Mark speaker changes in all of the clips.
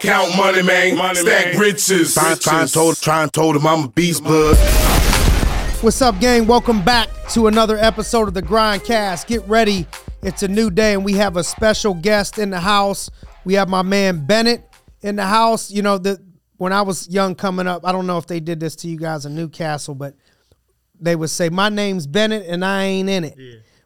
Speaker 1: Count money, man.
Speaker 2: Money,
Speaker 1: Stack
Speaker 2: man.
Speaker 1: riches.
Speaker 3: Trying try told trying told him I'm a beast blood.
Speaker 4: What's up, gang? Welcome back to another episode of the Grindcast. Get ready. It's a new day, and we have a special guest in the house. We have my man Bennett in the house. You know, the when I was young coming up, I don't know if they did this to you guys in Newcastle, but they would say, My name's Bennett and I ain't in it.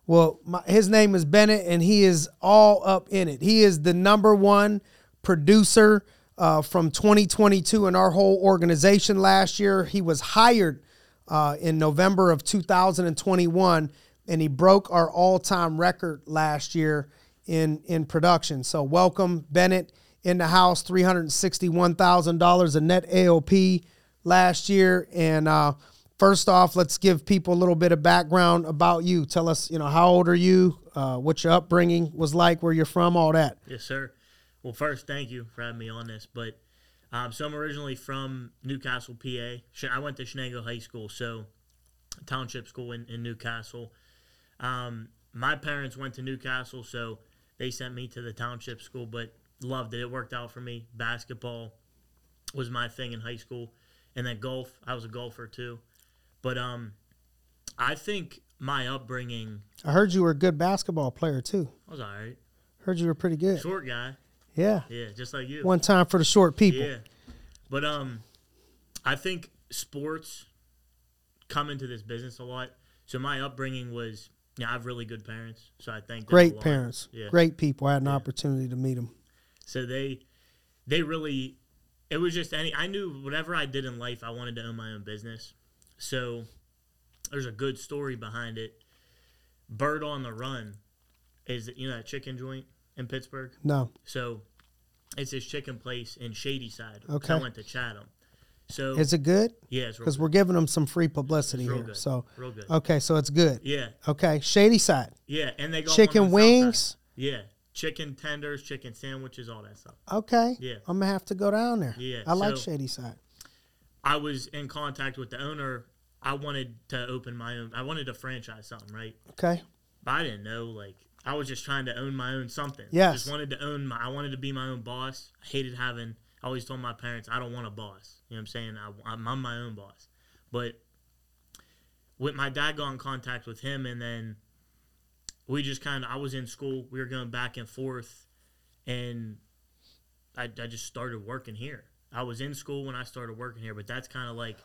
Speaker 4: Well, my, his name is Bennett and he is all up in it. He is the number one producer uh, from 2022 in our whole organization last year. He was hired uh, in November of 2021 and he broke our all time record last year in, in production. So, welcome, Bennett, in the house, $361,000 in net AOP last year. And uh, first off, let's give people a little bit of background about you. Tell us, you know, how old are you? Uh, what your upbringing was like, where you're from, all that.
Speaker 5: Yes, sir. Well, first, thank you for having me on this. But um, so I'm originally from Newcastle, PA. Sh- I went to Shenango High School, so township school in, in Newcastle. Um, my parents went to Newcastle, so they sent me to the township school, but loved it. It worked out for me. Basketball was my thing in high school, and then golf. I was a golfer too, but um, I think my upbringing
Speaker 4: I heard you were a good basketball player too.
Speaker 5: I was all right.
Speaker 4: Heard you were pretty good.
Speaker 5: Short guy,
Speaker 4: Yeah.
Speaker 5: yeah, just like you.
Speaker 4: One time for the short people.
Speaker 5: Yeah, but um, I think sports come into this business a lot. So my upbringing was, yeah, I have really good parents, so I thank them a
Speaker 4: Great
Speaker 5: lot.
Speaker 4: parents,
Speaker 5: Yeah.
Speaker 4: great people. I had an opportunity to meet them.
Speaker 5: So they, they really, it was just any. I knew whatever I did in life, I wanted to own my own business. So there's a good story behind it. Bird on the Run is you know that chicken joint in Pittsburgh.
Speaker 4: No.
Speaker 5: So it's this chicken place in Shadyside. 'cause
Speaker 4: Okay.
Speaker 5: I went to Chatham. So
Speaker 4: Is it good?
Speaker 5: Yeah, it's real
Speaker 4: Because
Speaker 5: good.
Speaker 4: we're giving them some free publicity
Speaker 5: It's real
Speaker 4: here.
Speaker 5: good.
Speaker 4: So,
Speaker 5: Real good.
Speaker 4: okay, so it's good.
Speaker 5: yeah,
Speaker 4: Okay, Shady Side.
Speaker 5: yeah, and they got one
Speaker 4: Chicken
Speaker 5: on the south
Speaker 4: wings?
Speaker 5: side. Yeah, chicken tenders, chicken sandwiches, all that stuff.
Speaker 4: Okay.
Speaker 5: Yeah.
Speaker 4: I'm going to have to go down there.
Speaker 5: Yeah,
Speaker 4: I like
Speaker 5: so-
Speaker 4: Shady Side.
Speaker 5: I was in contact with the owner. I wanted to open my own. I wanted to franchise something, right?
Speaker 4: Okay.
Speaker 5: But I didn't know. Like I was just trying to own my own something.
Speaker 4: Yes.
Speaker 5: just wanted to own my. I wanted to be my own boss. I hated having. I always told my parents I don't want a boss. You know what I'm saying? I, I'm, I'm my own boss. But with my dad got in contact with him, and then we just kind of. I was in school. We were going back and forth, and I, I just started working here. I was in school when I started working here, but that's kind of like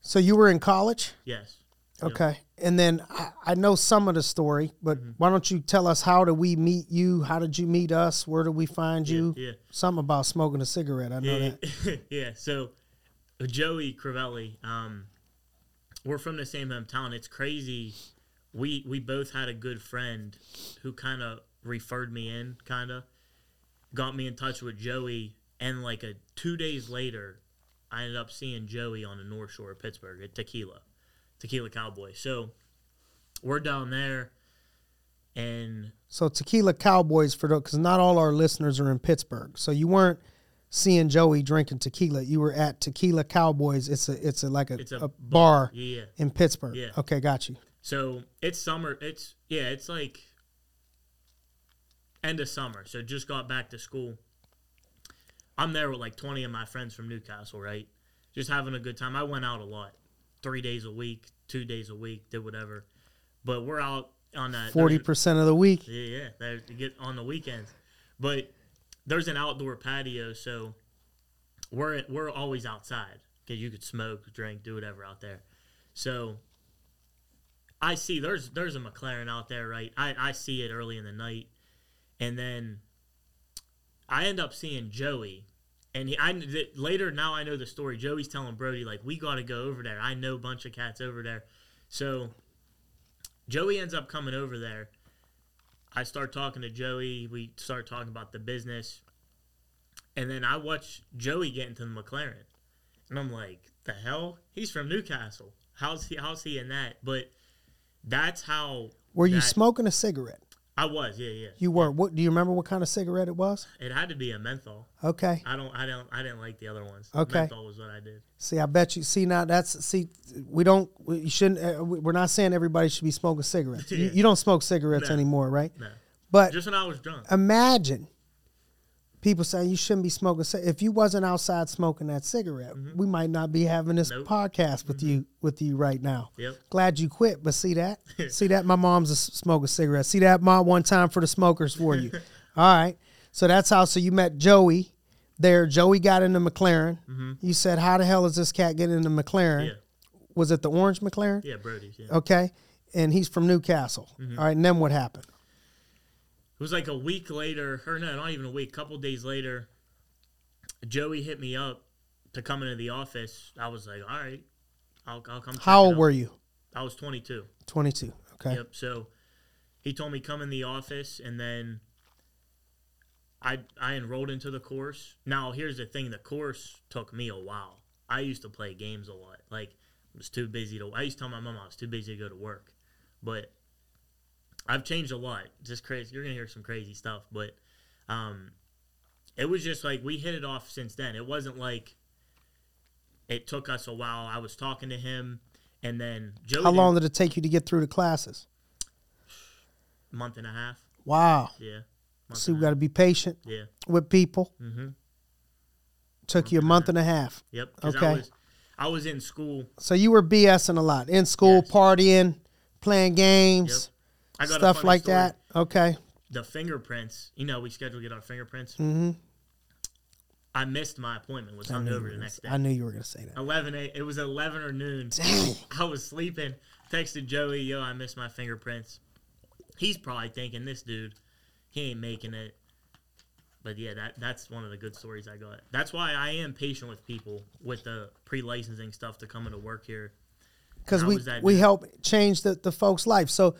Speaker 4: So you were in college?
Speaker 5: yes.
Speaker 4: Okay. And then I, I know some of the story, but
Speaker 5: Mm-hmm.
Speaker 4: why don't you tell us how did we meet you? How did you meet us? Where did we find you?
Speaker 5: yeah.
Speaker 4: Something about smoking a cigarette. I know that.
Speaker 5: yeah. So Joey Crivelli, um, we're from the same hometown. It's crazy. We we both had a good friend who kind of referred me in, kind of got me in touch with Joey, and like a two days later, I ended up seeing Joey on the North Shore of Pittsburgh at Tequila, Tequila Cowboy. So we're down there, and
Speaker 4: So Tequila Cowboys for because not all our listeners are in Pittsburgh. So you weren't seeing Joey drinking tequila. You were at Tequila Cowboys. It's a it's a like a,
Speaker 5: It's
Speaker 4: a,
Speaker 5: a
Speaker 4: bar
Speaker 5: yeah.
Speaker 4: in Pittsburgh.
Speaker 5: Yeah.
Speaker 4: Okay, got you.
Speaker 5: So it's summer. It's yeah. It's like end of summer. So just got back to school. I'm there with like 20 of my friends from Newcastle, right? Just having a good time. I went out a lot, three days a week, two days a week, did whatever. But we're out on that
Speaker 4: Forty percent of the week.
Speaker 5: yeah, yeah. There, you get on the weekends, but there's an outdoor patio, so we're we're always outside because you could smoke, drink, do whatever out there. So I see there's there's a McLaren out there, right? I I see it early in the night, and then I end up seeing Joey. And he, I kn- th- later now I know the story. Joey's telling Brody like we got to go over there. I know a bunch of cats over there, so Joey ends up coming over there. I start talking to Joey. We start talking about the business. And then I watch Joey get into the McLaren. And I'm like, the hell? He's from Newcastle. How's he how's he in that? But that's how
Speaker 4: Were you
Speaker 5: that-
Speaker 4: smoking a cigarette?
Speaker 5: I was, yeah, yeah.
Speaker 4: You were. What do you remember? What kind of cigarette it was?
Speaker 5: It had to be a menthol.
Speaker 4: Okay.
Speaker 5: I don't I don't I didn't like the other ones.
Speaker 4: Okay.
Speaker 5: Menthol was what I did.
Speaker 4: See, I bet you. See, now that's see, we don't. We you shouldn't. uh, we- We're not saying everybody should be smoking cigarettes. you, you don't smoke cigarettes
Speaker 5: No.
Speaker 4: anymore, right?
Speaker 5: No.
Speaker 4: But
Speaker 5: Just when I was drunk.
Speaker 4: imagine people say you shouldn't be smoking. ci- If you wasn't outside smoking that cigarette, we might not be having this
Speaker 5: Mm-hmm. Nope. Mm-hmm.
Speaker 4: podcast with you with you right now.
Speaker 5: Yep.
Speaker 4: Glad you quit, but see that, see that my mom's a s- smoking cigarette. See that, my one time for the smokers for you. All right, so that's how. So you met Joey there. Joey got into McLaren. You said, "How the hell is this cat getting into McLaren?"
Speaker 5: Mm-hmm. Yeah.
Speaker 4: Was it the orange McLaren?
Speaker 5: Yeah, Brody's. Yeah. Mm-hmm.
Speaker 4: Okay, and he's from Newcastle. All right, and then what happened?
Speaker 5: It was like a week later, or no, not even a week, couple days later, Joey hit me up to come into the office. I was like, all right, I'll, I'll come. check
Speaker 4: How
Speaker 5: it
Speaker 4: old
Speaker 5: out."
Speaker 4: were you?
Speaker 5: I was 22.
Speaker 4: Twenty two. Okay.
Speaker 5: Yep. So he told me come in the office, and then I I enrolled into the course. Now here's the thing: the course took me a while. I used to play games a lot. Like I was too busy to. I used to tell my mom I was too busy to go to work, but I've changed a lot. Just crazy. You're gonna hear some crazy stuff, but um, it was just like we hit it off since then. It wasn't like it took us a while. I was talking to him, and then Joe.
Speaker 4: How long did it take you to get through the classes?
Speaker 5: month and a half.
Speaker 4: Wow.
Speaker 5: Yeah. Month
Speaker 4: See, we
Speaker 5: and
Speaker 4: got
Speaker 5: a
Speaker 4: to be patient
Speaker 5: half. Yeah.
Speaker 4: with people.
Speaker 5: Mm-hmm.
Speaker 4: Took you a month and a half.
Speaker 5: Yep. 'cause
Speaker 4: Okay.
Speaker 5: I was, I was in school.
Speaker 4: So you were BSing a lot in school,
Speaker 5: Yes.
Speaker 4: partying, playing
Speaker 5: Yep.
Speaker 4: games,
Speaker 5: I got a
Speaker 4: stuff
Speaker 5: funny
Speaker 4: like
Speaker 5: story.
Speaker 4: that. Okay.
Speaker 5: The fingerprints. You know, we scheduled to get our fingerprints.
Speaker 4: Mm-hmm.
Speaker 5: I missed my appointment. Was
Speaker 4: I
Speaker 5: hung
Speaker 4: knew, you
Speaker 5: over
Speaker 4: were
Speaker 5: the
Speaker 4: gonna
Speaker 5: next
Speaker 4: say-
Speaker 5: day.
Speaker 4: I knew you were going to say that.
Speaker 5: Eleven a. It was eleven or noon.
Speaker 4: Dang.
Speaker 5: I was sleeping. Texted Joey, yo, I missed my fingerprints. He's probably thinking this dude, he ain't making it. But yeah, that that's one of the good stories I got. That's why I am patient with people with the pre-licensing stuff to come into work here.
Speaker 4: because
Speaker 5: How
Speaker 4: we
Speaker 5: was that
Speaker 4: we
Speaker 5: done?
Speaker 4: help change the, the folks' life. So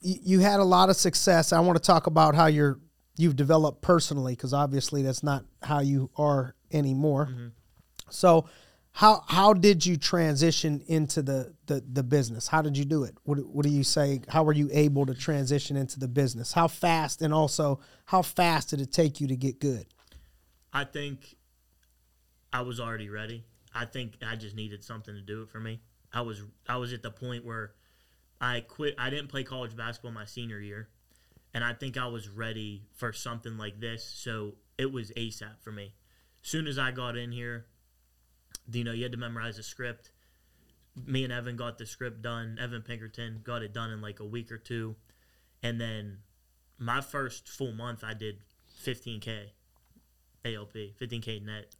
Speaker 4: you, you had a lot of success. I want to talk about how you're you've developed personally because obviously that's not how you are anymore.
Speaker 5: Mm-hmm.
Speaker 4: So how how did you transition into the, the the business? How did you do it? What what do you say? How were you able to transition into the business? How fast and also how fast did it take you to get good?
Speaker 5: I think I was already ready. I think I just needed something to do it for me. I was I was at the point where I quit. I didn't play college basketball my senior year, and I think I was ready for something like this. So it was ASAP for me. Soon as I got in here, you know, you had to memorize the script. Me and Evan got the script done. Evan Pinkerton got it done in like a week or two, and then my first full month, I did 15k ALP, 15k net.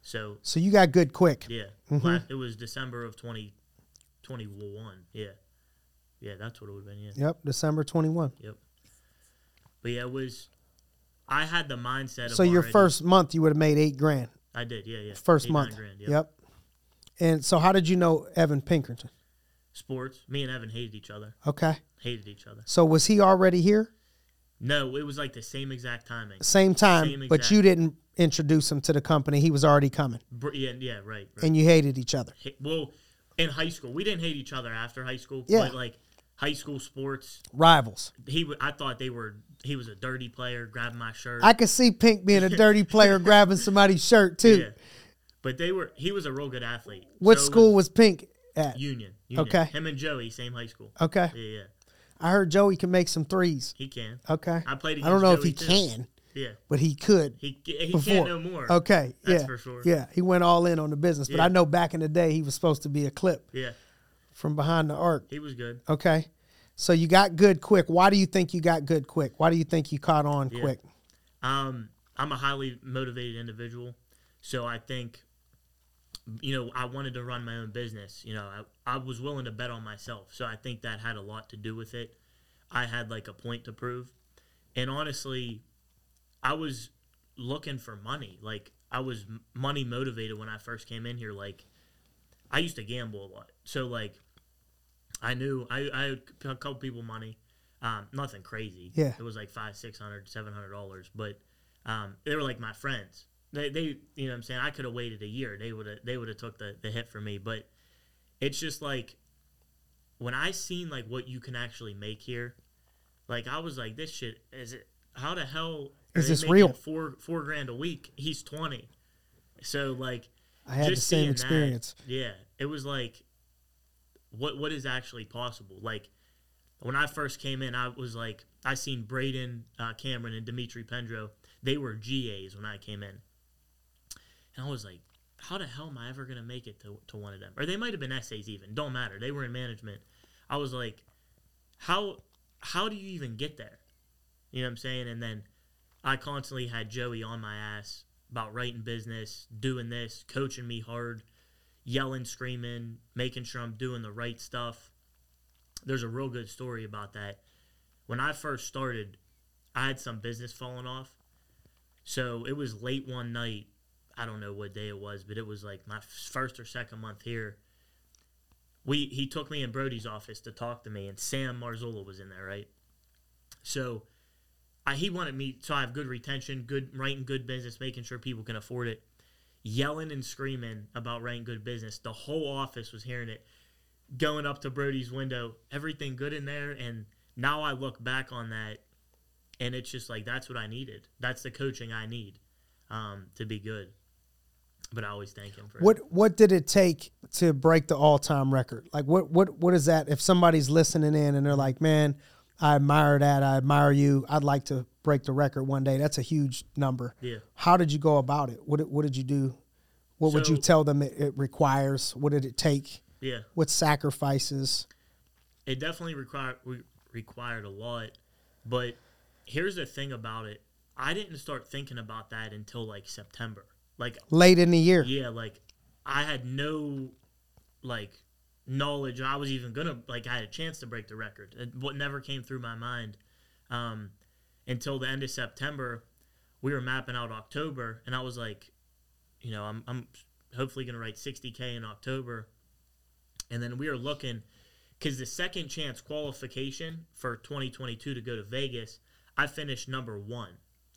Speaker 5: So
Speaker 4: So you got good quick.
Speaker 5: yeah,
Speaker 4: Mm-hmm.
Speaker 5: la- it was December of 2021. Yeah, yeah, that's what it would have been. Yeah,
Speaker 4: Yep, December twenty one.
Speaker 5: yep. But yeah, it was. I had the mindset. Of
Speaker 4: So your
Speaker 5: already-
Speaker 4: first month you would have made eight grand.
Speaker 5: I did. Yeah, yeah.
Speaker 4: first
Speaker 5: Eight, nine
Speaker 4: month.
Speaker 5: grand,
Speaker 4: yep. And so, how did you know Evan Pinkerton?
Speaker 5: Sports. Me and Evan hated each other.
Speaker 4: Okay.
Speaker 5: Hated each other.
Speaker 4: So was he already here?
Speaker 5: No, it was like the same exact timing.
Speaker 4: Same time,
Speaker 5: Same
Speaker 4: but
Speaker 5: exact-
Speaker 4: you didn't introduce him to the company. He was already coming,
Speaker 5: Br- Yeah, yeah, right. right.
Speaker 4: and you hated each other.
Speaker 5: Ha- well, in high school, we didn't hate each other after high school.
Speaker 4: Yeah.
Speaker 5: But like high school sports,
Speaker 4: Rivals.
Speaker 5: he. w- I thought they were. He was a dirty player, grabbing my shirt.
Speaker 4: I could see Pink being a dirty player, grabbing somebody's shirt too.
Speaker 5: Yeah. But they were he was a real good athlete.
Speaker 4: What
Speaker 5: So was
Speaker 4: school was Pink at?
Speaker 5: Union, Union.
Speaker 4: Okay. Oh.
Speaker 5: Him and Joey, same high school.
Speaker 4: Okay.
Speaker 5: Yeah, yeah.
Speaker 4: I heard Joey can make some threes.
Speaker 5: He can.
Speaker 4: Okay.
Speaker 5: I played
Speaker 4: I don't know if he
Speaker 5: against Joey, too.
Speaker 4: can,
Speaker 5: Yeah.
Speaker 4: but he could.
Speaker 5: He he
Speaker 4: before.
Speaker 5: can't no more.
Speaker 4: Okay.
Speaker 5: That's
Speaker 4: yeah.
Speaker 5: for sure.
Speaker 4: Yeah. He went all in on the business, but
Speaker 5: Yeah.
Speaker 4: I know back in the day he was supposed to be a clip
Speaker 5: Yeah.
Speaker 4: from behind the arc.
Speaker 5: He was good.
Speaker 4: Okay. So you got good quick. Why do you think you got good quick? Why do you think you caught on quick?
Speaker 5: Um I'm a highly motivated individual. So I think you know, I wanted to run my own business. You know, I, I was willing to bet on myself. So I think that had a lot to do with it. I had like a point to prove. And honestly, I was looking for money. Like I was m- money motivated when I first came in here. Like I used to gamble a lot, so like I knew I I owed a couple people money, um, nothing crazy.
Speaker 4: Yeah.
Speaker 5: it was like five, six hundred, seven hundred dollars, but um, they were like my friends. They, they you know what I'm saying I could have waited a year. They would have they would have took the, the hit for me, but it's just like when I seen like what you can actually make here, like I was like, this shit is it? How the hell are
Speaker 4: Is
Speaker 5: they
Speaker 4: this
Speaker 5: making
Speaker 4: real?
Speaker 5: Four four grand a week. He's twenty, so like
Speaker 4: I had the
Speaker 5: just
Speaker 4: same
Speaker 5: seeing that,
Speaker 4: experience.
Speaker 5: yeah, it was like, what what is actually possible? Like when I first came in, I was like, I seen Braden uh, Cameron and Dimitri Pendro. They were GAs when I came in, and I was like, "How the hell am I ever gonna make it to to one of them?" Or they might have been essays even. Don't matter. They were in management. I was like, "How how do you even get there?" You know what I'm saying? And then I constantly had Joey on my ass about writing business, doing this, coaching me hard, yelling, screaming, making sure I'm doing the right stuff. There's a real good story about that. When I first started, I had some business falling off. So it was late one night. I don't know what day it was, but it was like my first or second month here. We he took me in Brody's office to talk to me, and Sam Marzullo was in there, right? So I, he wanted me so I have good retention, good writing good business, making sure people can afford it. Yelling and screaming about writing good business. The whole office was hearing it. Going up to Brody's window, everything good in there. And now I look back on that and it's just like that's what I needed. That's the coaching I need um, to be good. But I always thank him for it.
Speaker 4: What what did it take to break the all time record? Like what what what is that? If somebody's listening in and they're like, man, I admire that. I admire you. I'd like to break the record one day. That's a huge number.
Speaker 5: Yeah.
Speaker 4: How did you go about it? What did- what did you do? What would you
Speaker 5: So-
Speaker 4: tell them it, it requires? What did it take?
Speaker 5: Yeah.
Speaker 4: What sacrifices?
Speaker 5: it definitely required re- required a lot but here's the thing about it i didn't start thinking about that until like september like
Speaker 4: Late in the year.
Speaker 5: yeah like i had no like knowledge i was even gonna like i had a chance to break the record it, what never came through my mind um, until the end of september we were mapping out october and i was like you know i'm, I'm hopefully gonna write 60k in october and then we were looking because the second chance qualification for 2022 to go to Vegas, I finished number one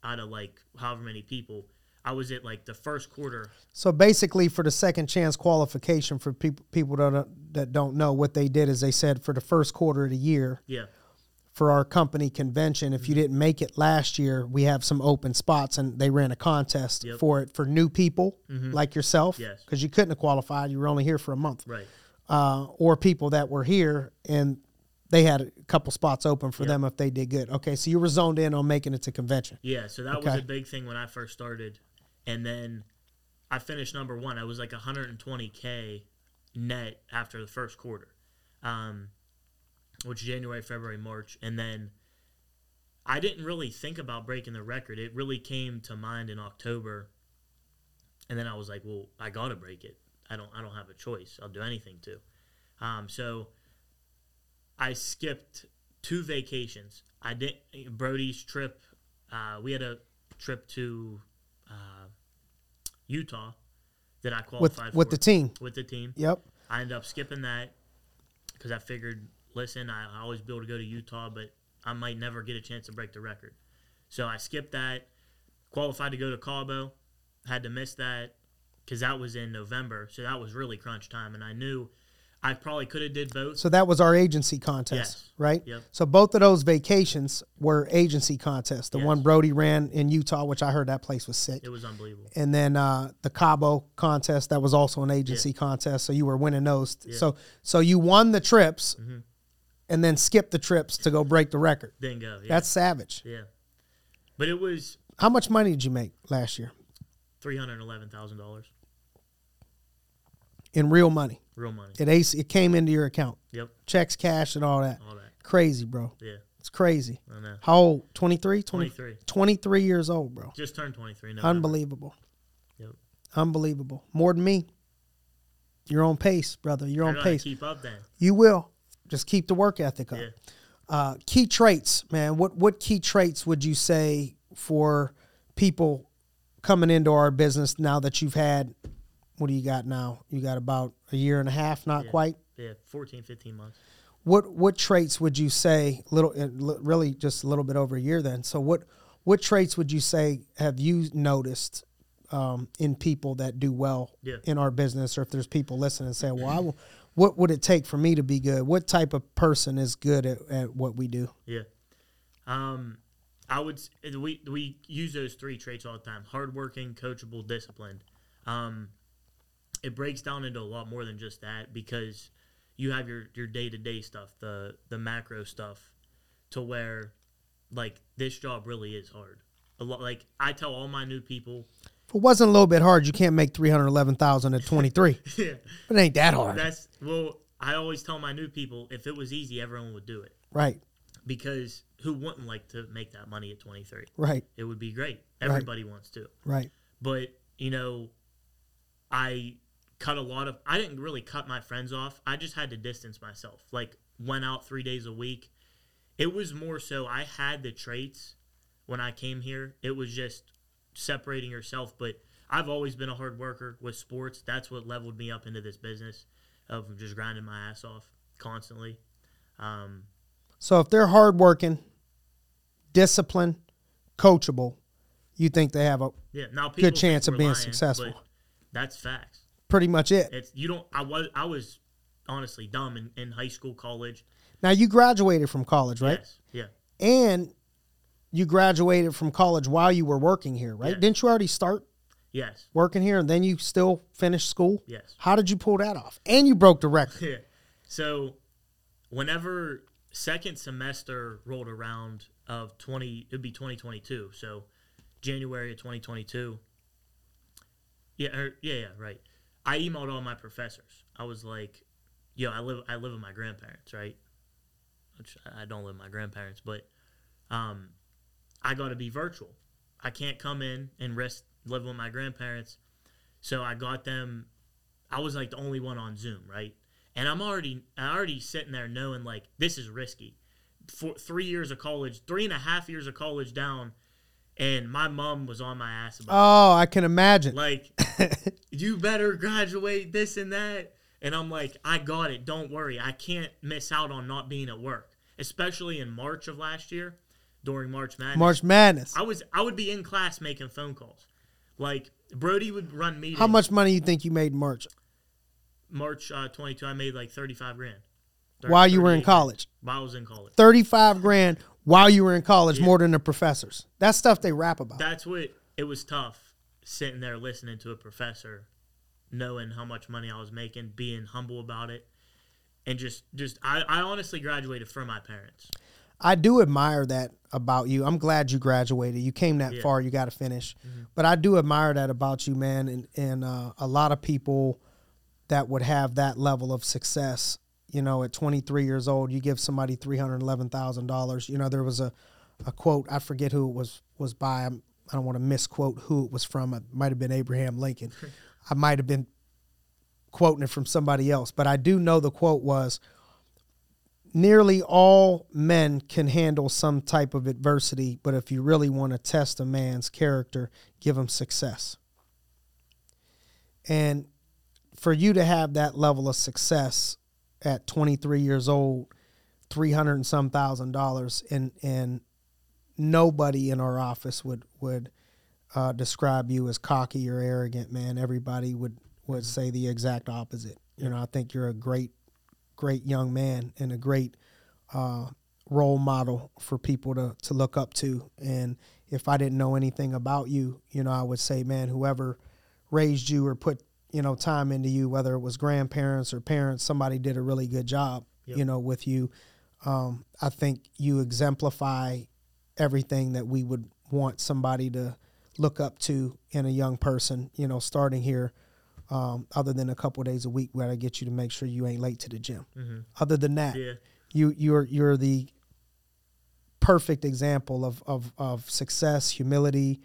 Speaker 5: out of like however many people. I was at like the first quarter.
Speaker 4: So basically, for the second chance qualification for people people that don't, that don't know what they did is they said for the first quarter of the year
Speaker 5: Yeah,
Speaker 4: for our company convention, if you
Speaker 5: Mm-hmm.
Speaker 4: didn't make it last year, we have some open spots, and they ran a contest
Speaker 5: Yep. Mm-hmm.
Speaker 4: for it for new people like yourself,
Speaker 5: Yes.
Speaker 4: because you couldn't have qualified; you were only here for a month,
Speaker 5: right.
Speaker 4: uh, or people that were here and they had a couple spots open for them if they did good. Okay, so you were zoned in on making it to convention.
Speaker 5: Yeah, so that
Speaker 4: Okay.
Speaker 5: was a big thing when I first started, and then I finished number one. I was like 120k net after the first quarter, um, which January, February, March, and then I didn't really think about breaking the record. It really came to mind in October, and then I was like, "Well, I gotta break it. I don't. I don't have a choice. I'll do anything to." Um, so I skipped two vacations. I did Brody's trip. Uh, we had a trip to uh, Utah that I
Speaker 4: With,
Speaker 5: qualified
Speaker 4: with
Speaker 5: for
Speaker 4: the team,
Speaker 5: with the team.
Speaker 4: yep.
Speaker 5: I ended up skipping that because I figured, listen, I, I always be able to go to Utah, but I might never get a chance to break the record. So I skipped that, qualified to go to Cabo, had to miss that because that was in November, so that was really crunch time, and I knew I probably could have did both.
Speaker 4: So that was our agency contest,
Speaker 5: Yes.
Speaker 4: right?
Speaker 5: Yep.
Speaker 4: So both of those vacations were agency contests. The
Speaker 5: Yes.
Speaker 4: one Brody ran in Utah, which I heard that place was sick.
Speaker 5: It was unbelievable.
Speaker 4: and then uh, the Cabo contest that was also an agency contest. So you were winning those. So so you won the trips,
Speaker 5: Mm-hmm.
Speaker 4: and then skipped the trips to go break the record.
Speaker 5: Didn't go. Yeah,
Speaker 4: That's savage.
Speaker 5: yeah. But it was
Speaker 4: How much money did you make last year
Speaker 5: three hundred eleven thousand dollars,
Speaker 4: in real money?
Speaker 5: real money.
Speaker 4: It ace it came into your account,
Speaker 5: Yep,
Speaker 4: checks, cash, and all that.
Speaker 5: all that.
Speaker 4: Crazy, bro.
Speaker 5: Yeah,
Speaker 4: It's crazy.
Speaker 5: I know.
Speaker 4: How old? 23? 20,
Speaker 5: 23.
Speaker 4: 23 years old, bro.
Speaker 5: Just turned twenty three.
Speaker 4: Unbelievable.
Speaker 5: Yep.
Speaker 4: Unbelievable. More than me. You're on pace, brother. You're
Speaker 5: I
Speaker 4: on
Speaker 5: gotta
Speaker 4: pace.
Speaker 5: keep up then.
Speaker 4: You will. Just keep the work ethic up.
Speaker 5: Yeah.
Speaker 4: Uh, key traits, man. What what key traits would you say for people coming into our business now that you've had? What do you got now? You got about a year and a half, not quite.
Speaker 5: Yeah, 14, 15 months.
Speaker 4: What what traits would you say? Little, uh, li- really, just a little bit over a year then. So what what traits would you say have you noticed um, in people that do well
Speaker 5: Yeah.
Speaker 4: in our business, or if there's people listening and saying, "Well, I will, what would it take for me to be good? What type of person is good at, at what we do?"
Speaker 5: Yeah. Um, I would s- we we use those three traits all the time: hardworking, coachable, disciplined. Um, it breaks down into a lot more than just that because you have your your day to day stuff, the the macro stuff, to where like this job really is hard. a lot. Like I tell all my new people,
Speaker 4: If it wasn't a little bit hard, you can't make 311,000 at 23.
Speaker 5: yeah,
Speaker 4: But it ain't that hard.
Speaker 5: that's well. I always tell my new people if it was easy, everyone would do it
Speaker 4: Right,
Speaker 5: because who wouldn't like to make that money at 23?
Speaker 4: right,
Speaker 5: It would be great. Everybody wants to.
Speaker 4: right.
Speaker 5: but you know i cut a lot of i didn't really cut my friends off i just had to distance myself like went out three days a week it was more so i had the traits when i came here it was just separating yourself but i've always been a hard worker with sports that's what leveled me up into this business of just grinding my ass off constantly um,
Speaker 4: So if they're hardworking, disciplined, coachable, you think they have a
Speaker 5: yeah now people think
Speaker 4: chance of
Speaker 5: we're
Speaker 4: being
Speaker 5: lying, but
Speaker 4: successful.
Speaker 5: that's facts
Speaker 4: pretty much it.
Speaker 5: it's you don't i was i was honestly dumb in, in high school college
Speaker 4: Now you graduated from college, right?
Speaker 5: Yes. Yeah.
Speaker 4: And you graduated from college while you were working here, right?
Speaker 5: Yes.
Speaker 4: Didn't you already start
Speaker 5: Yes.
Speaker 4: working here and then you still finished school?
Speaker 5: Yes.
Speaker 4: How did you pull that off? And you broke the record.
Speaker 5: Yeah. So, whenever second semester rolled around of 20, it'd be 2022. So, January of 2022. Yeah. Or, yeah. Yeah. Right. I emailed all my professors. I was like, yo, I live, I live with my grandparents, right? Which I don't live with my grandparents, but, um, I got to be virtual. I can't come in and rest, live with my grandparents. So I got them I was like the only one on Zoom, right? And I'm already I already sitting there knowing like this is risky. For three years of college, three and a half years of college down, and my mom was on my ass about
Speaker 4: Oh, I can imagine.
Speaker 5: like you better graduate this and that. And I'm like, I got it. Don't worry. I can't miss out on not being at work, especially in March of last year during March Madness.
Speaker 4: March Madness.
Speaker 5: I was I would be in class making phone calls. Like Brody would run meetings.
Speaker 4: How much money you think you made in March
Speaker 5: March uh, 22, I made like 35 grand. Thir-
Speaker 4: while you were in
Speaker 5: 38 grand.
Speaker 4: college?
Speaker 5: While I was in college.
Speaker 4: 35 grand while you were in college more than the professors. That's stuff they rap about.
Speaker 5: That's what it was tough sitting there listening to a professor, knowing how much money I was making, being humble about it. And just, just I, I honestly graduated from my parents.
Speaker 4: I do admire that about you. I'm glad you graduated. You came that far. You got to finish. But I do admire that about you, man. And and uh, a lot of people that would have that level of success, you know, at 23 years old, you give somebody three hundred eleven thousand dollars. You know, there was a, a quote. I forget who it was was by. I'm, I don't want to misquote who it was from. It might have been Abraham Lincoln. I might have been quoting it from somebody else, but I do know the quote was nearly all men can handle some type of adversity, but if you really want to test a man's character, give him success. And for you to have that level of success at 23 years old, 300 and some thousand dollars, and, and nobody in our office would, would uh, describe you as cocky or arrogant, man. Everybody would, would say the exact opposite. You know, I think you're a great great young man and a great uh, role model for people to, to look up to. And if I didn't know anything about you, you know, I would say, man, whoever raised you or put, you know, time into you, whether it was grandparents or parents, somebody did a really good job, you know, with you. Um, I think you exemplify everything that we would want somebody to look up to in a young person, you know, starting here um, other than a couple days a week where I get you to make sure you ain't late to the gym. Other than that,
Speaker 5: Yeah.
Speaker 4: you you're you're the perfect example of of, of success, humility,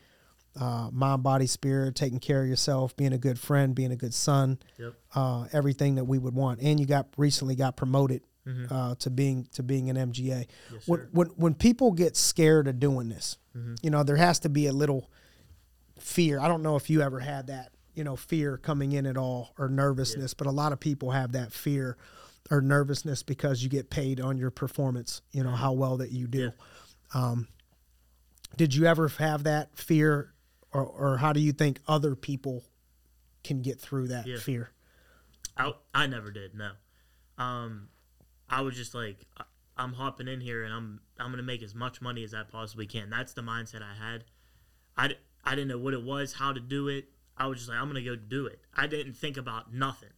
Speaker 4: uh, mind, body, spirit, taking care of yourself, being a good friend, being a good son,
Speaker 5: Yep.
Speaker 4: uh, everything that we would want. And you got recently got promoted uh, to being to being an MGA. when, when when people get scared of doing this, you know, there has to be a little fear. I don't know if you ever had that, you know, fear coming in at all or nervousness, but a lot of people have that fear or nervousness because you get paid on your performance, you know,
Speaker 5: Mm-hmm.
Speaker 4: how well that you do. Um, did you ever have that fear or, or how do you think other people can get through that
Speaker 5: Yeah.
Speaker 4: fear?
Speaker 5: I, I never did. No, um, I was just like, I- I'm hopping in here and I'm I'm gonna make as much money as I possibly can. That's the mindset I had. I, d- I didn't know what it was, how to do it. I was just like, I'm gonna go do it. I didn't think about nothing,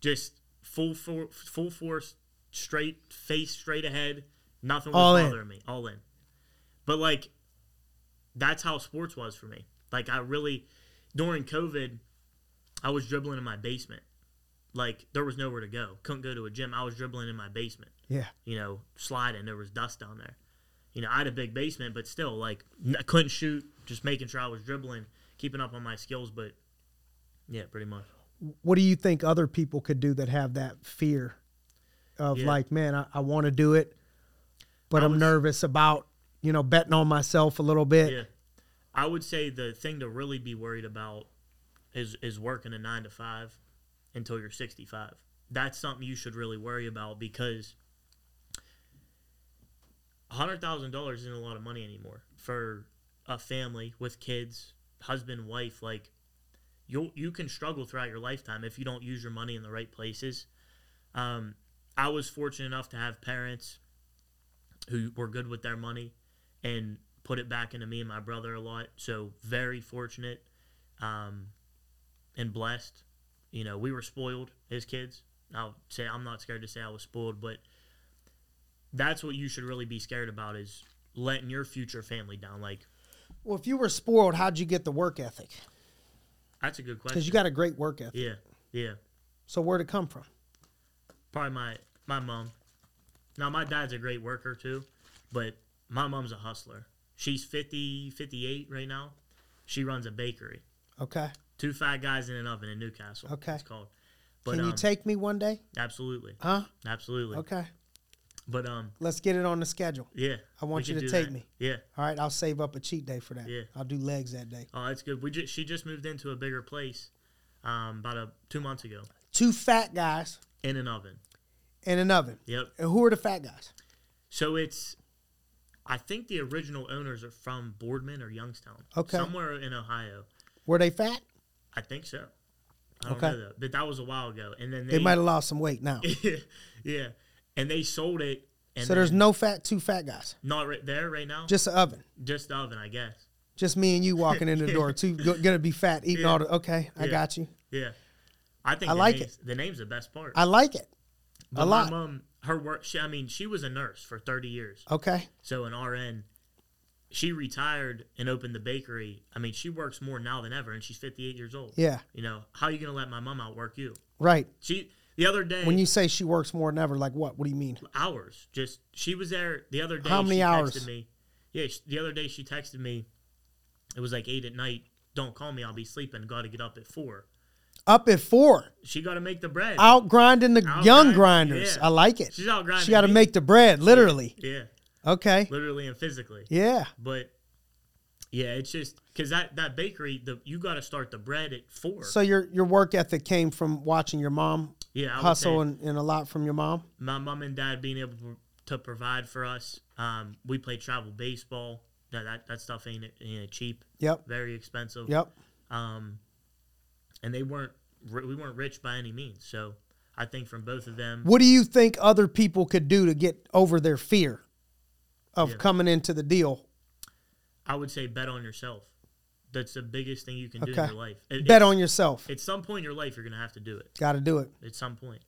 Speaker 5: just full for, full force, straight face, straight ahead. Nothing was
Speaker 4: All in.
Speaker 5: bothering me. All in. But like that's how sports was for me. Like I really during COVID, I was dribbling in my basement. Like there was nowhere to go. Couldn't go to a gym. I was dribbling in my basement.
Speaker 4: Yeah.
Speaker 5: You know, sliding. There was dust down there. You know, I had a big basement, but still, like n- I couldn't shoot. Just making sure I was dribbling, keeping up on my skills. But yeah, pretty much.
Speaker 4: What do you think other people could do that have that fear of
Speaker 5: Yeah.
Speaker 4: like, man, I, I want to do it, but
Speaker 5: I
Speaker 4: I'm
Speaker 5: was-
Speaker 4: nervous about, you know, betting on myself a little bit.
Speaker 5: Yeah. I would say the thing to really be worried about is is working a 9 to 5 until you're 65. That's something you should really worry about because $100,000 isn't a lot of money anymore for a family with kids, husband, wife, like you you can struggle throughout your lifetime if you don't use your money in the right places. Um, I was fortunate enough to have parents who were good with their money and put it back into me and my brother a lot. So very fortunate um, and blessed. You know, we were spoiled as kids. I'll say I'm not scared to say I was spoiled, but that's what you should really be scared about is letting your future family down. Like
Speaker 4: Well, if you were spoiled, how'd you get the work ethic?
Speaker 5: that's a good question.
Speaker 4: Because you got a great work ethic.
Speaker 5: yeah, yeah.
Speaker 4: So where'd it come from?
Speaker 5: Probably my my mom. Now my dad's a great worker too, but my mom's a hustler. She's 50, 58 right now. She runs a bakery.
Speaker 4: Okay.
Speaker 5: Two fat guys in an oven in Newcastle.
Speaker 4: Okay.
Speaker 5: it's called. But,
Speaker 4: Can you
Speaker 5: um,
Speaker 4: take me one day?
Speaker 5: Absolutely,
Speaker 4: Huh?
Speaker 5: absolutely.
Speaker 4: Okay.
Speaker 5: But um,
Speaker 4: Let's get it on the schedule.
Speaker 5: yeah.
Speaker 4: I want
Speaker 5: we
Speaker 4: you
Speaker 5: could
Speaker 4: to
Speaker 5: do
Speaker 4: take
Speaker 5: that.
Speaker 4: me.
Speaker 5: Yeah.
Speaker 4: All right, I'll save up a cheat day for that.
Speaker 5: Yeah.
Speaker 4: I'll do legs that day.
Speaker 5: Oh, that's good. We just she just moved into a bigger place, um, about a two months ago
Speaker 4: Two fat guys
Speaker 5: in an oven.
Speaker 4: and an oven.
Speaker 5: Yep.
Speaker 4: And who are the fat guys?
Speaker 5: So it's, I think the original owners are from Boardman or Youngstown.
Speaker 4: Okay.
Speaker 5: Somewhere in Ohio.
Speaker 4: Were they fat?
Speaker 5: I think so. I don't
Speaker 4: Okay.
Speaker 5: know though, but that was a while ago. And then
Speaker 4: They,
Speaker 5: they,
Speaker 4: might have lost some weight now.
Speaker 5: yeah, and they sold it. And
Speaker 4: so there's
Speaker 5: then-
Speaker 4: no fat, two fat guys.
Speaker 5: not right there right now.
Speaker 4: Just
Speaker 5: Just,
Speaker 4: an oven.
Speaker 5: just the oven, I guess.
Speaker 4: Just me and you walking in the door. Two go- gonna be fat, eating all the. Okay, I
Speaker 5: Yeah.
Speaker 4: got you.
Speaker 5: Yeah, I think
Speaker 4: I
Speaker 5: the
Speaker 4: like
Speaker 5: name's, The name's the best part.
Speaker 4: I like it.
Speaker 5: But
Speaker 4: a
Speaker 5: my
Speaker 4: lot.
Speaker 5: mom, her work. She, I mean, she was a nurse for thirty years.
Speaker 4: Okay.
Speaker 5: So an RN. She retired and opened the bakery. I mean, she works more now than ever, and she's fifty-eight years old.
Speaker 4: Yeah.
Speaker 5: You know, how are you gonna let my mom outwork you?
Speaker 4: Right.
Speaker 5: She the other day
Speaker 4: When you say she works more than ever, like what? What do you mean?
Speaker 5: hours. Just she was there the other day.
Speaker 4: How many
Speaker 5: she
Speaker 4: hours?
Speaker 5: Texted me. Yeah, sh the other day she texted me. It was like eight at night. Don't call me. I'll be sleeping. Got to get up at four.
Speaker 4: Up at four,
Speaker 5: She got to make the bread.
Speaker 4: out grinding the
Speaker 5: Out
Speaker 4: young
Speaker 5: grind-
Speaker 4: grinders.
Speaker 5: yeah.
Speaker 4: I like it.
Speaker 5: She's out grinding
Speaker 4: She got to
Speaker 5: me.
Speaker 4: make the bread, literally.
Speaker 5: yeah,
Speaker 4: Okay.
Speaker 5: literally and physically.
Speaker 4: Yeah.
Speaker 5: But yeah, it's just because that that bakery, the you got to start the bread at four.
Speaker 4: So your your work ethic came from watching your mom
Speaker 5: yeah, I would
Speaker 4: hustle
Speaker 5: say
Speaker 4: and, and a lot from your mom.
Speaker 5: my mom and dad being able to- to provide for us. Um, we play travel baseball. Now that that stuff ain't, ain't cheap.
Speaker 4: Yep.
Speaker 5: Very expensive.
Speaker 4: Yep.
Speaker 5: um, and they weren't ri- we weren't rich by any means. So I think from both of them,
Speaker 4: What do you think other people could do to get over their fear of coming into the deal?
Speaker 5: I would say bet on yourself. That's the biggest thing you can do
Speaker 4: Okay.
Speaker 5: in your life. It-
Speaker 4: Bet
Speaker 5: it's-
Speaker 4: on yourself.
Speaker 5: At some point in your life, you're gonna have to do it.
Speaker 4: Got to do it.
Speaker 5: At some point,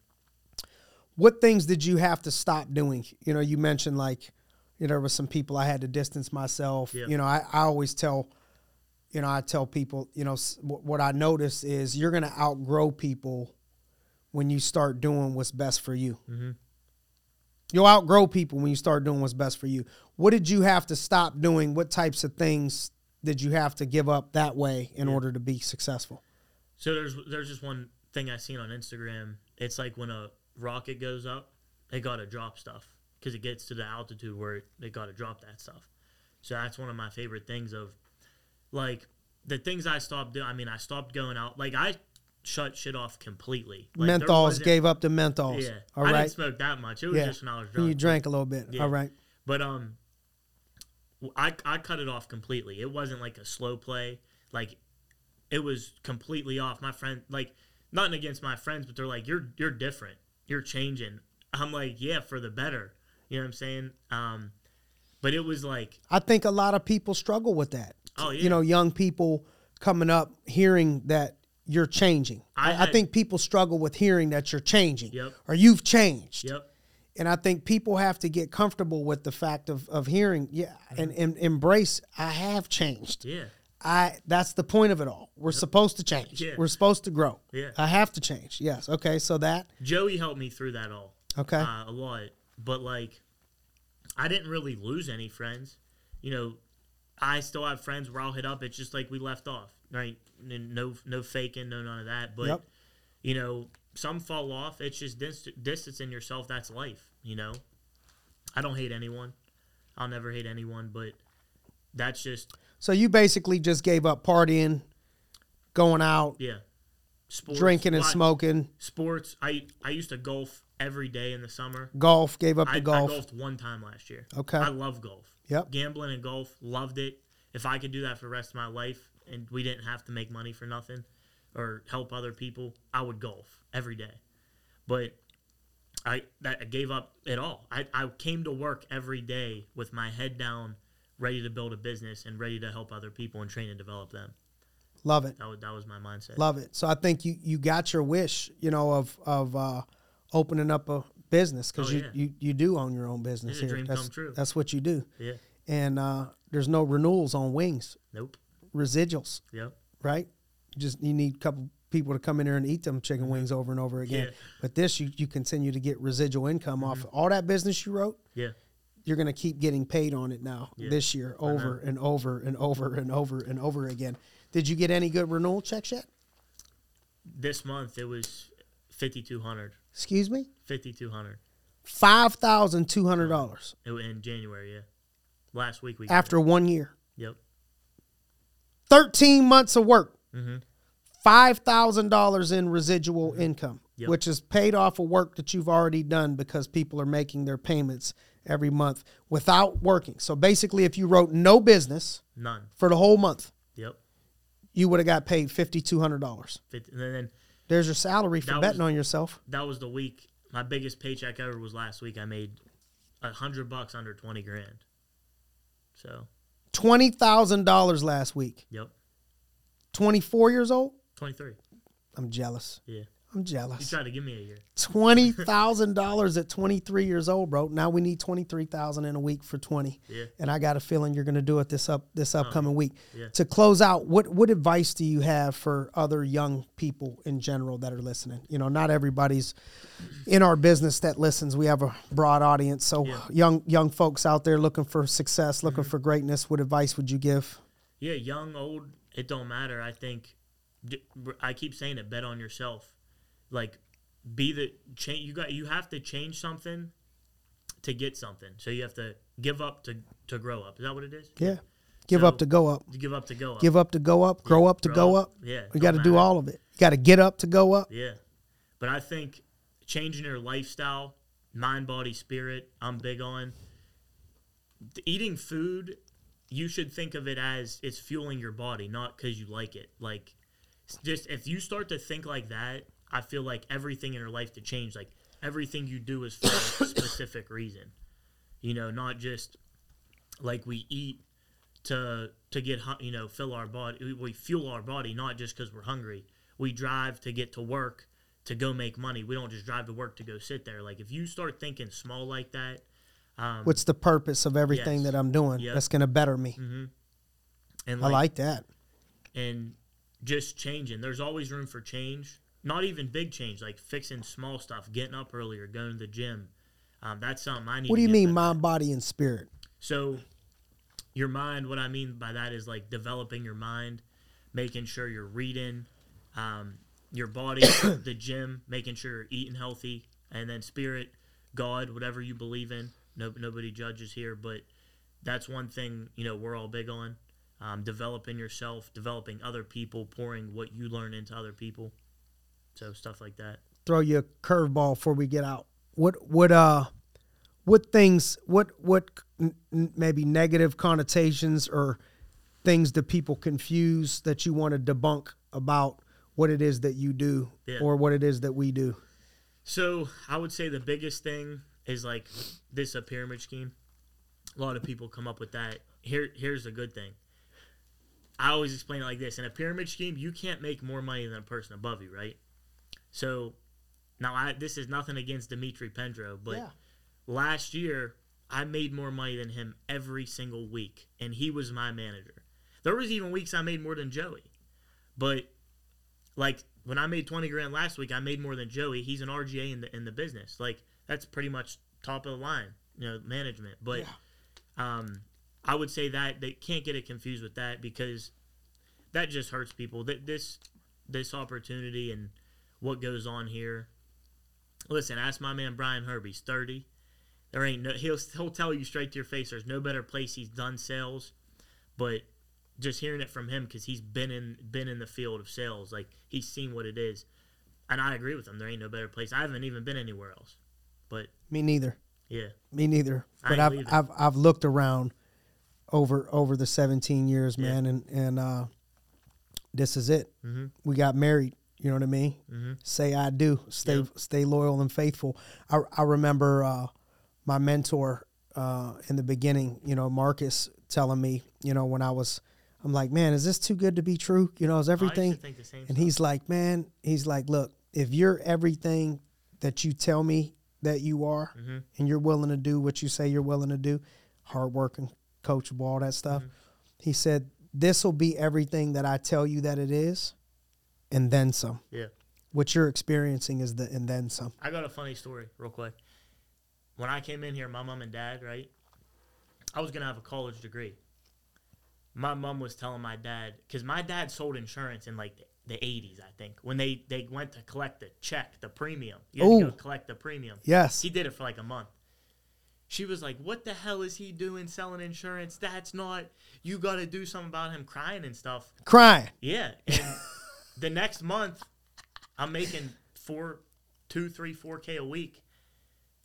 Speaker 4: What things did you have to stop doing? You know, you mentioned like, you know, there was some people I had to distance myself.
Speaker 5: Yeah.
Speaker 4: You know, I, I always tell, you know, I tell people, you know, s- what what I notice is you're going to outgrow people when you start doing what's best for you.
Speaker 5: Mm-hmm.
Speaker 4: You'll outgrow people when you start doing what's best for you. What did you have to stop doing? What types of things did you have to give up that way in order to be successful?
Speaker 5: so there's there's just one thing I seen on Instagram. It's like when a rocket goes up, they gotta drop stuff because it gets to the altitude where it, they gotta drop that stuff. So that's one of my favorite things of like the things I stopped doing. I mean, I stopped going out. Like I shut shit off completely. Like, there
Speaker 4: menthols
Speaker 5: wasn't-
Speaker 4: gave up the menthols.
Speaker 5: Yeah,
Speaker 4: All
Speaker 5: I
Speaker 4: right.
Speaker 5: didn't smoke that much. It was
Speaker 4: Yeah.
Speaker 5: just when I was
Speaker 4: And
Speaker 5: drunk.
Speaker 4: you drank a little bit.
Speaker 5: Yeah.
Speaker 4: All right.
Speaker 5: But um, w- I I cut it off completely. It wasn't like a slow play. Like it was completely off. My friend, like nothing against my friends, but they're like, you're you're different. You're changing. I'm like, yeah, for the better. You know what I'm saying? Um, but it was like,
Speaker 4: I think a lot of people struggle with that.
Speaker 5: Oh, yeah.
Speaker 4: You know, young people coming up hearing that you're changing. I,
Speaker 5: I
Speaker 4: I
Speaker 5: had-
Speaker 4: think people struggle with hearing that you're changing
Speaker 5: Yep.
Speaker 4: or you've changed.
Speaker 5: yep,
Speaker 4: And I think people have to get comfortable with the fact of, of hearing, yeah, and, and embrace, I have changed.
Speaker 5: Yeah.
Speaker 4: I that's the point of it all. We're supposed to change.
Speaker 5: Yeah.
Speaker 4: We're supposed to grow.
Speaker 5: Yeah.
Speaker 4: I have to change. Yes. Okay. So that.
Speaker 5: Joey helped me through that all.
Speaker 4: Okay.
Speaker 5: Uh, a lot. But like, I didn't really lose any friends. You know, I still have friends where I'll hit up. It's just like we left off, right? N- No, no faking, no none of that. But
Speaker 4: Yep.
Speaker 5: you know, some fall off. It's just dis- distancing yourself. That's life. You know, I don't hate anyone. I'll never hate anyone. But that's just
Speaker 4: So you basically just gave up partying, going out,
Speaker 5: yeah. Sports,
Speaker 4: drinking and
Speaker 5: lot-
Speaker 4: smoking,
Speaker 5: Sports. I I used to golf every day in the summer.
Speaker 4: golf. Gave up
Speaker 5: I,
Speaker 4: the
Speaker 5: I
Speaker 4: golf.
Speaker 5: golfed one time last year.
Speaker 4: Okay.
Speaker 5: I love golf.
Speaker 4: Yep.
Speaker 5: Gambling and golf, loved it. If I could do that for the rest of my life and we didn't have to make money for nothing or help other people, I would golf every day. But I that I gave up it all. I, I came to work every day with my head down, ready to build a business and ready to help other people and train and develop them.
Speaker 4: Love it.
Speaker 5: That was, that was my mindset.
Speaker 4: Love it. So I think you you got your wish. You know of of uh, opening up a business because
Speaker 5: Oh,
Speaker 4: you,
Speaker 5: yeah.
Speaker 4: you you do own your own business
Speaker 5: It's a
Speaker 4: here.
Speaker 5: dream
Speaker 4: that's
Speaker 5: come true.
Speaker 4: that's what you do.
Speaker 5: Yeah.
Speaker 4: And uh, there's no renewals on wings
Speaker 5: Nope.
Speaker 4: residuals.
Speaker 5: Yep.
Speaker 4: right? You just you need a couple people to come in here and eat them chicken wings over and over again.
Speaker 5: Mm-hmm. Yeah. Mm-hmm.
Speaker 4: But this you, you continue to get residual income off all that business you wrote.
Speaker 5: Yeah.
Speaker 4: You're going to keep getting paid on it now this year over and over and over and over and over again. Did you get any good renewal checks yet?
Speaker 5: This month it was 5200
Speaker 4: Excuse me?
Speaker 5: 5200
Speaker 4: $5,200
Speaker 5: It was in January, yeah. Last week we got
Speaker 4: after one year.
Speaker 5: it. Yep.
Speaker 4: 13 months of work,
Speaker 5: Mm-hmm.
Speaker 4: $5,000 in residual income,
Speaker 5: Yep.
Speaker 4: which is paid off of work that you've already done because people are making their payments every month without working. So basically, if you wrote no business
Speaker 5: None.
Speaker 4: for the whole month,
Speaker 5: Yep.
Speaker 4: you would have got paid $5,200.
Speaker 5: 50, and then
Speaker 4: There's your salary for
Speaker 5: That
Speaker 4: betting
Speaker 5: was-
Speaker 4: on yourself.
Speaker 5: that was the week. My biggest paycheck ever was last week. I made a hundred bucks under twenty grand. So,
Speaker 4: $20,000 last week.
Speaker 5: yep,
Speaker 4: 24 years old?
Speaker 5: twenty three.
Speaker 4: I'm jealous.
Speaker 5: Yeah,
Speaker 4: I'm
Speaker 5: you
Speaker 4: jealous.
Speaker 5: tried to give me a year.
Speaker 4: twenty thousand dollars at twenty three years old, bro. Now we need twenty three thousand in a week for twenty.
Speaker 5: Yeah. Uh-huh.
Speaker 4: And I got a feeling you're gonna do it this up this upcoming week.
Speaker 5: yeah.
Speaker 4: To close out, what what advice do you have for other young people in general that are listening? You know, not everybody's in our business that listens. We have a broad audience. So young young folks out there looking for success, looking
Speaker 5: Mm-hmm.
Speaker 4: for greatness, what advice would you give?
Speaker 5: Yeah, young, old, it don't matter. I think d- I keep saying it. Bet on yourself. Like, be the change. You got. You have to change something to get something. So you have to give up to to grow up. Is that what it is?
Speaker 4: Yeah. Give
Speaker 5: So-
Speaker 4: up to go up.
Speaker 5: You give up to go up.
Speaker 4: Give up to go up, grow up to
Speaker 5: grow
Speaker 4: go
Speaker 5: up.
Speaker 4: up.
Speaker 5: Yeah,
Speaker 4: You
Speaker 5: don't
Speaker 4: gotta do
Speaker 5: matter.
Speaker 4: all of it. You gotta get up to go up.
Speaker 5: Yeah. But I think changing your lifestyle, mind, body, spirit, I'm big on. Eating food, you should think of it as it's fueling your body, not because you like it. Like, s- just if you start to think like that, I feel like everything in your life to change. Like, everything you do is for a specific reason. You know, not just like we eat to to get hu- you know fill our body we- we fuel our body not just because we're hungry we drive to get to work to go make money we don't just drive to work to go sit there like if you start thinking small like that
Speaker 4: what's the purpose of everything
Speaker 5: Yes.
Speaker 4: that I'm doing
Speaker 5: Yep.
Speaker 4: that's going to better me.
Speaker 5: and
Speaker 4: I
Speaker 5: like,
Speaker 4: like that.
Speaker 5: and just changing there's always room for change not even big change like fixing small stuff getting up earlier going to the gym um, that's something i need
Speaker 4: What
Speaker 5: to
Speaker 4: do you
Speaker 5: get
Speaker 4: mean
Speaker 5: better.
Speaker 4: mind, body, and spirit?
Speaker 5: So, your mind, what I mean by that is like developing your mind, making sure you're reading, um, your body, the gym, making sure you're eating healthy, and then spirit, God, whatever you believe in. No, nobody judges here, but that's one thing, you know, we're all big on. Um, developing yourself, developing other people, pouring what you learn into other people. So, stuff like that.
Speaker 4: Throw you a curveball before we get out. What what uh what things what what n- n- maybe negative connotations or things that people confuse that you want to debunk about what it is that you do
Speaker 5: Yeah.
Speaker 4: or what it is that we do?
Speaker 5: So I would say the biggest thing is like this a pyramid scheme. A lot of people come up with that. Here, here's the good thing. I always explain it like this: in a pyramid scheme, you can't make more money than a person above you, right? So now, I this is nothing against Dimitri Pendro, but
Speaker 4: Yeah.
Speaker 5: last year I made more money than him every single week, and he was my manager. There was even weeks I made more than Joey, but like when I made twenty grand last week, I made more than Joey. He's an RGA in the in the business. Like that's pretty much top of the line, you know, management. But um, I would say that they can't get it confused with that because that just hurts people. That this this opportunity and what goes on here. Listen, ask my man Brian Herbie's thirty. There ain't no he'll he'll tell you straight to your face. There's no better place he's done sales, but just hearing it from him because he's been in been in the field of sales, like he's seen what it is, and I agree with him. There ain't no better place. I haven't even been anywhere else, but
Speaker 4: Me neither.
Speaker 5: yeah,
Speaker 4: Me neither.
Speaker 5: I
Speaker 4: But
Speaker 5: ain't
Speaker 4: I've
Speaker 5: leaving.
Speaker 4: I've I've looked around over over the 17 years, man, and and uh, this is it.
Speaker 5: Mm-hmm.
Speaker 4: We got married. You know what I mean? Say I do. Stay stay loyal and faithful. I I remember uh, my mentor uh, in the beginning. You know, Marcus telling me. You know, when I was, I'm like, man, is this too good to be true? You know, is everything?
Speaker 5: think the same
Speaker 4: and he's like, man, he's like, look, if you're everything that you tell me that you are,
Speaker 5: Mm-hmm.
Speaker 4: and you're willing to do what you say you're willing to do, hardworking, coachable, all that stuff,
Speaker 5: Mm-hmm.
Speaker 4: he said, this will be everything that I tell you that it is, and then some.
Speaker 5: yeah.
Speaker 4: What you're experiencing is the and then some.
Speaker 5: I got a funny story, real quick. When I came in here, my mom and dad, right? I was gonna have a college degree. My mom was telling my dad because my dad sold insurance in like the '80s, I think, when they they went to collect the check, the premium. You had to
Speaker 4: Ooh.
Speaker 5: go collect the premium.
Speaker 4: Yes.
Speaker 5: He did it for like a month. She was like, "What the hell is he doing selling insurance? That's not. You got to do something about him crying and stuff."
Speaker 4: Crying.
Speaker 5: Yeah. And the next month, I'm making four, two, three, four k a week,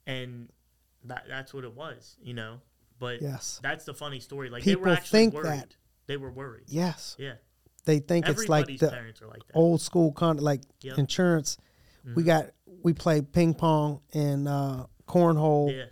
Speaker 5: and that that's what it was, you know. But
Speaker 4: Yes.
Speaker 5: that's the funny story. Like they were
Speaker 4: People
Speaker 5: actually
Speaker 4: think
Speaker 5: worried.
Speaker 4: that.
Speaker 5: They were worried.
Speaker 4: Yes.
Speaker 5: Yeah.
Speaker 4: They think it's like
Speaker 5: Everybody's
Speaker 4: the
Speaker 5: parents are like that.
Speaker 4: old school con like
Speaker 5: Yep. Mm-hmm.
Speaker 4: insurance. We got we play ping pong and uh, cornhole.
Speaker 5: Yeah.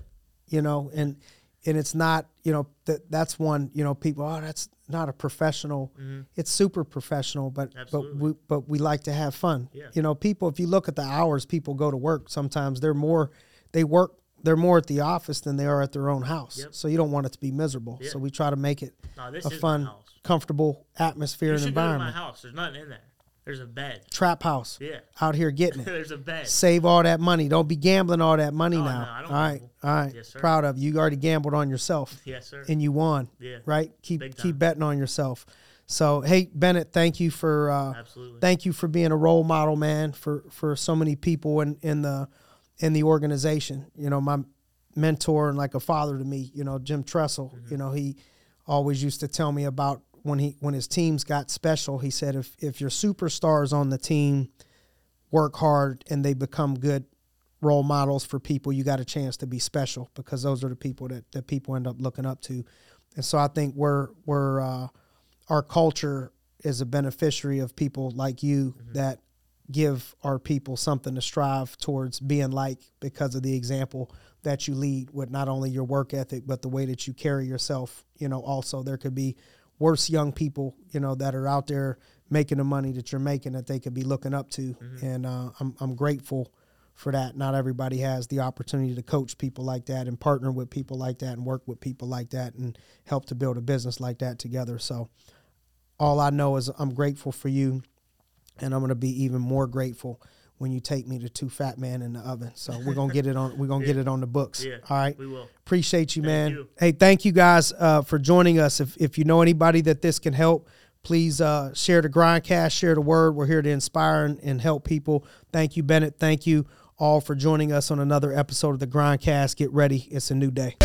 Speaker 4: you know, and and it's not, you know, that that's one, you know, people, oh, that's not a professional. It's super professional, but
Speaker 5: Mm-hmm. Absolutely.
Speaker 4: but we but we like to have fun.
Speaker 5: Yeah.
Speaker 4: You know, people if you look at the hours people go to work, sometimes they're more they work they're more at the office than they are at their own house.
Speaker 5: Yep.
Speaker 4: So you don't want it to be miserable. So we try to make it
Speaker 5: No, this
Speaker 4: a
Speaker 5: is my
Speaker 4: fun,
Speaker 5: house.
Speaker 4: comfortable atmosphere
Speaker 5: You
Speaker 4: and
Speaker 5: should go to my
Speaker 4: environment.
Speaker 5: house. There's nothing in there. There's a bed.
Speaker 4: Trap house.
Speaker 5: Yeah.
Speaker 4: Out here getting it.
Speaker 5: There's a bed.
Speaker 4: Save all that money. Don't be gambling all that money
Speaker 5: Oh, no,
Speaker 4: now.
Speaker 5: I don't
Speaker 4: all right,
Speaker 5: gamble.
Speaker 4: all right.
Speaker 5: Yes, sir.
Speaker 4: Proud of you. You already gambled on yourself
Speaker 5: Yes, sir.
Speaker 4: and you won.
Speaker 5: Yeah.
Speaker 4: Right. Keep
Speaker 5: Big
Speaker 4: keep
Speaker 5: time.
Speaker 4: betting on yourself. So hey Bennett, thank you for uh,
Speaker 5: Absolutely.
Speaker 4: thank you for being a role model, man, for for so many people in in the in the organization. You know, my mentor and like a father to me. You know, Jim Tressel.
Speaker 5: Mm-hmm.
Speaker 4: You know, he always used to tell me about when he when his teams got special. He said if if your superstars on the team work hard and they become good role models for people, you got a chance to be special because those are the people that, that people end up looking up to. And so I think we're we're uh, our culture is a beneficiary of people like you that give our people something to strive towards being like because of the example that you lead with not only your work ethic but the way that you carry yourself. You know, also there could be worse young people, you know, that are out there making the money that you're making that they could be looking up to. And uh, I'm, I'm grateful for that. Not everybody has the opportunity to coach people like that and partner with people like that and work with people like that and help to build a business like that together. So all I know is I'm grateful for you and I'm going to be even more grateful when you take me to two fat man in the oven. So we're going to get it on, we're going to get it on the books.
Speaker 5: Yeah,
Speaker 4: All right.
Speaker 5: we will.
Speaker 4: Appreciate you, man.
Speaker 5: you.
Speaker 4: Hey, thank you guys uh, for joining us. If, if you know anybody that this can help, please uh, share the grindcast, share the word. We're here to inspire and, and help people. Thank you, Bennett. Thank you all for joining us on another episode of the grindcast. Get ready. It's a new day.